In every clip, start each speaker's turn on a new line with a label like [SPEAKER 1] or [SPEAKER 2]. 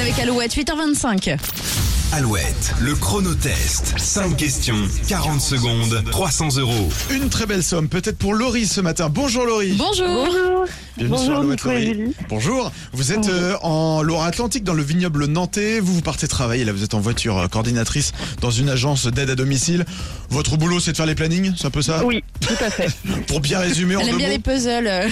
[SPEAKER 1] avec Alouette, 8h25.
[SPEAKER 2] Alouette, le chronotest. 5 questions, 40 secondes, 300 euros.
[SPEAKER 3] Une très belle somme, peut-être pour Laurie ce matin. Bonjour Laurie.
[SPEAKER 1] Bonjour.
[SPEAKER 4] Bonjour.
[SPEAKER 3] Bienvenue sur Alouette,
[SPEAKER 4] Nico et
[SPEAKER 3] Laurie.
[SPEAKER 4] Julie.
[SPEAKER 3] Bonjour. Vous êtes euh, en Loire-Atlantique, dans le vignoble nantais. Vous vous partez travailler. Là, vous êtes en voiture, euh, coordinatrice dans une agence d'aide à domicile. Votre boulot, c'est de faire les plannings, c'est un peu ça
[SPEAKER 4] Oui, tout à fait.
[SPEAKER 3] Pour bien résumer en
[SPEAKER 1] Elle
[SPEAKER 3] deux
[SPEAKER 1] aime bien
[SPEAKER 3] mots,
[SPEAKER 1] les puzzles. euh,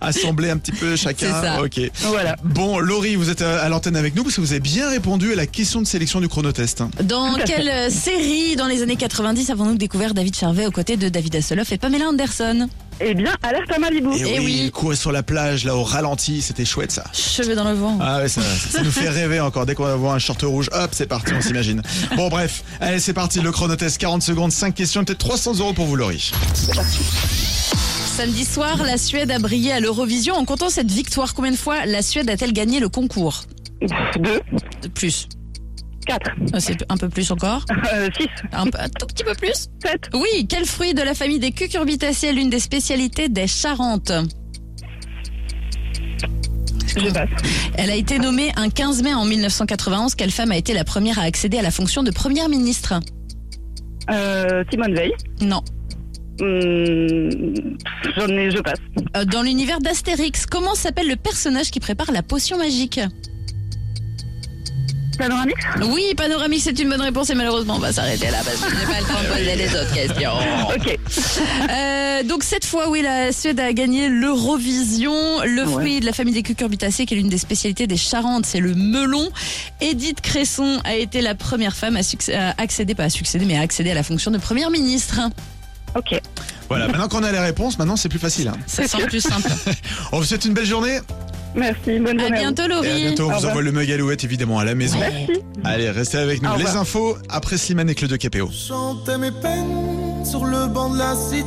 [SPEAKER 3] assembler un petit peu chacun.
[SPEAKER 1] C'est ça.
[SPEAKER 3] Ok.
[SPEAKER 4] Voilà.
[SPEAKER 3] Bon, Laurie, vous êtes euh, à l'antenne avec nous parce que vous avez bien répondu à la question de sélection du chronotest. hein.
[SPEAKER 1] Dans quelle euh, série, dans les années 90, avons-nous découvert David Charvet aux côtés de David Hasselhoff et Pamela Anderson
[SPEAKER 4] Eh bien, alerte à Malibu.
[SPEAKER 3] Et
[SPEAKER 1] Eh oui.
[SPEAKER 3] courir sur la plage, là, au ralenti, c'était chouette ça.
[SPEAKER 1] Cheveux dans le vent.
[SPEAKER 3] Ah ouais, ça, ça nous fait rêver encore. Dès qu'on va voir un short rouge, hop, c'est parti, on s'imagine. Bon, bref, allez, c'est parti, le chronotest, 40 secondes, 5 questions, peut-être 300 euros pour vous, Laurie.
[SPEAKER 1] Samedi soir, la Suède a brillé à l'Eurovision. En comptant cette victoire, combien de fois la Suède a-t-elle gagné le concours
[SPEAKER 4] Deux,
[SPEAKER 1] De Plus.
[SPEAKER 4] quatre,
[SPEAKER 1] Euh, C'est un peu plus encore.
[SPEAKER 4] euh, six,
[SPEAKER 1] Un, peu- un tout petit peu plus.
[SPEAKER 4] sept,
[SPEAKER 1] Oui, quel fruit de la famille des cucurbitacées est l'une des spécialités des Charentes
[SPEAKER 4] je passe.
[SPEAKER 1] Elle a été nommée un 15 mai en 1991. Quelle femme a été la première à accéder à la fonction de première ministre
[SPEAKER 4] Euh, Simone Veil.
[SPEAKER 1] Non.
[SPEAKER 4] Hum, J'en ai, je passe.
[SPEAKER 1] Euh, Dans l'univers d'Astérix, comment s'appelle le personnage qui prépare la potion magique
[SPEAKER 4] Panoramique
[SPEAKER 1] Oui, Panoramique, c'est une bonne réponse et malheureusement on va s'arrêter là parce que je n'ai pas le temps de poser les autres questions.
[SPEAKER 4] Ok.
[SPEAKER 1] Euh, donc cette fois, oui, la Suède a gagné l'Eurovision. Le
[SPEAKER 4] Ouais.
[SPEAKER 1] fruit de la famille des cucurbitacées, qui est l'une des spécialités des Charentes, c'est le melon. Edith Cresson a été la première femme à, succé- à accéder, pas à succéder, mais à accéder à la fonction de première ministre.
[SPEAKER 4] Ok.
[SPEAKER 3] Voilà, maintenant qu'on a les réponses, maintenant c'est plus facile. hein.
[SPEAKER 1] Ça semble plus simple.
[SPEAKER 3] On vous souhaite une belle journée
[SPEAKER 4] Merci. Bonne
[SPEAKER 1] À
[SPEAKER 4] journée. vous.
[SPEAKER 1] bientôt, Laurie.
[SPEAKER 3] et à bientôt.
[SPEAKER 4] Au
[SPEAKER 3] On vous
[SPEAKER 4] revoir.
[SPEAKER 3] envoie le mug Alouette évidemment à la maison.
[SPEAKER 4] Merci.
[SPEAKER 3] Allez, restez avec nous.
[SPEAKER 4] Au
[SPEAKER 3] Les
[SPEAKER 4] revoir.
[SPEAKER 3] infos après Slimane et Claude de KPO.
[SPEAKER 5] chantais mes peines sur le banc de la cité.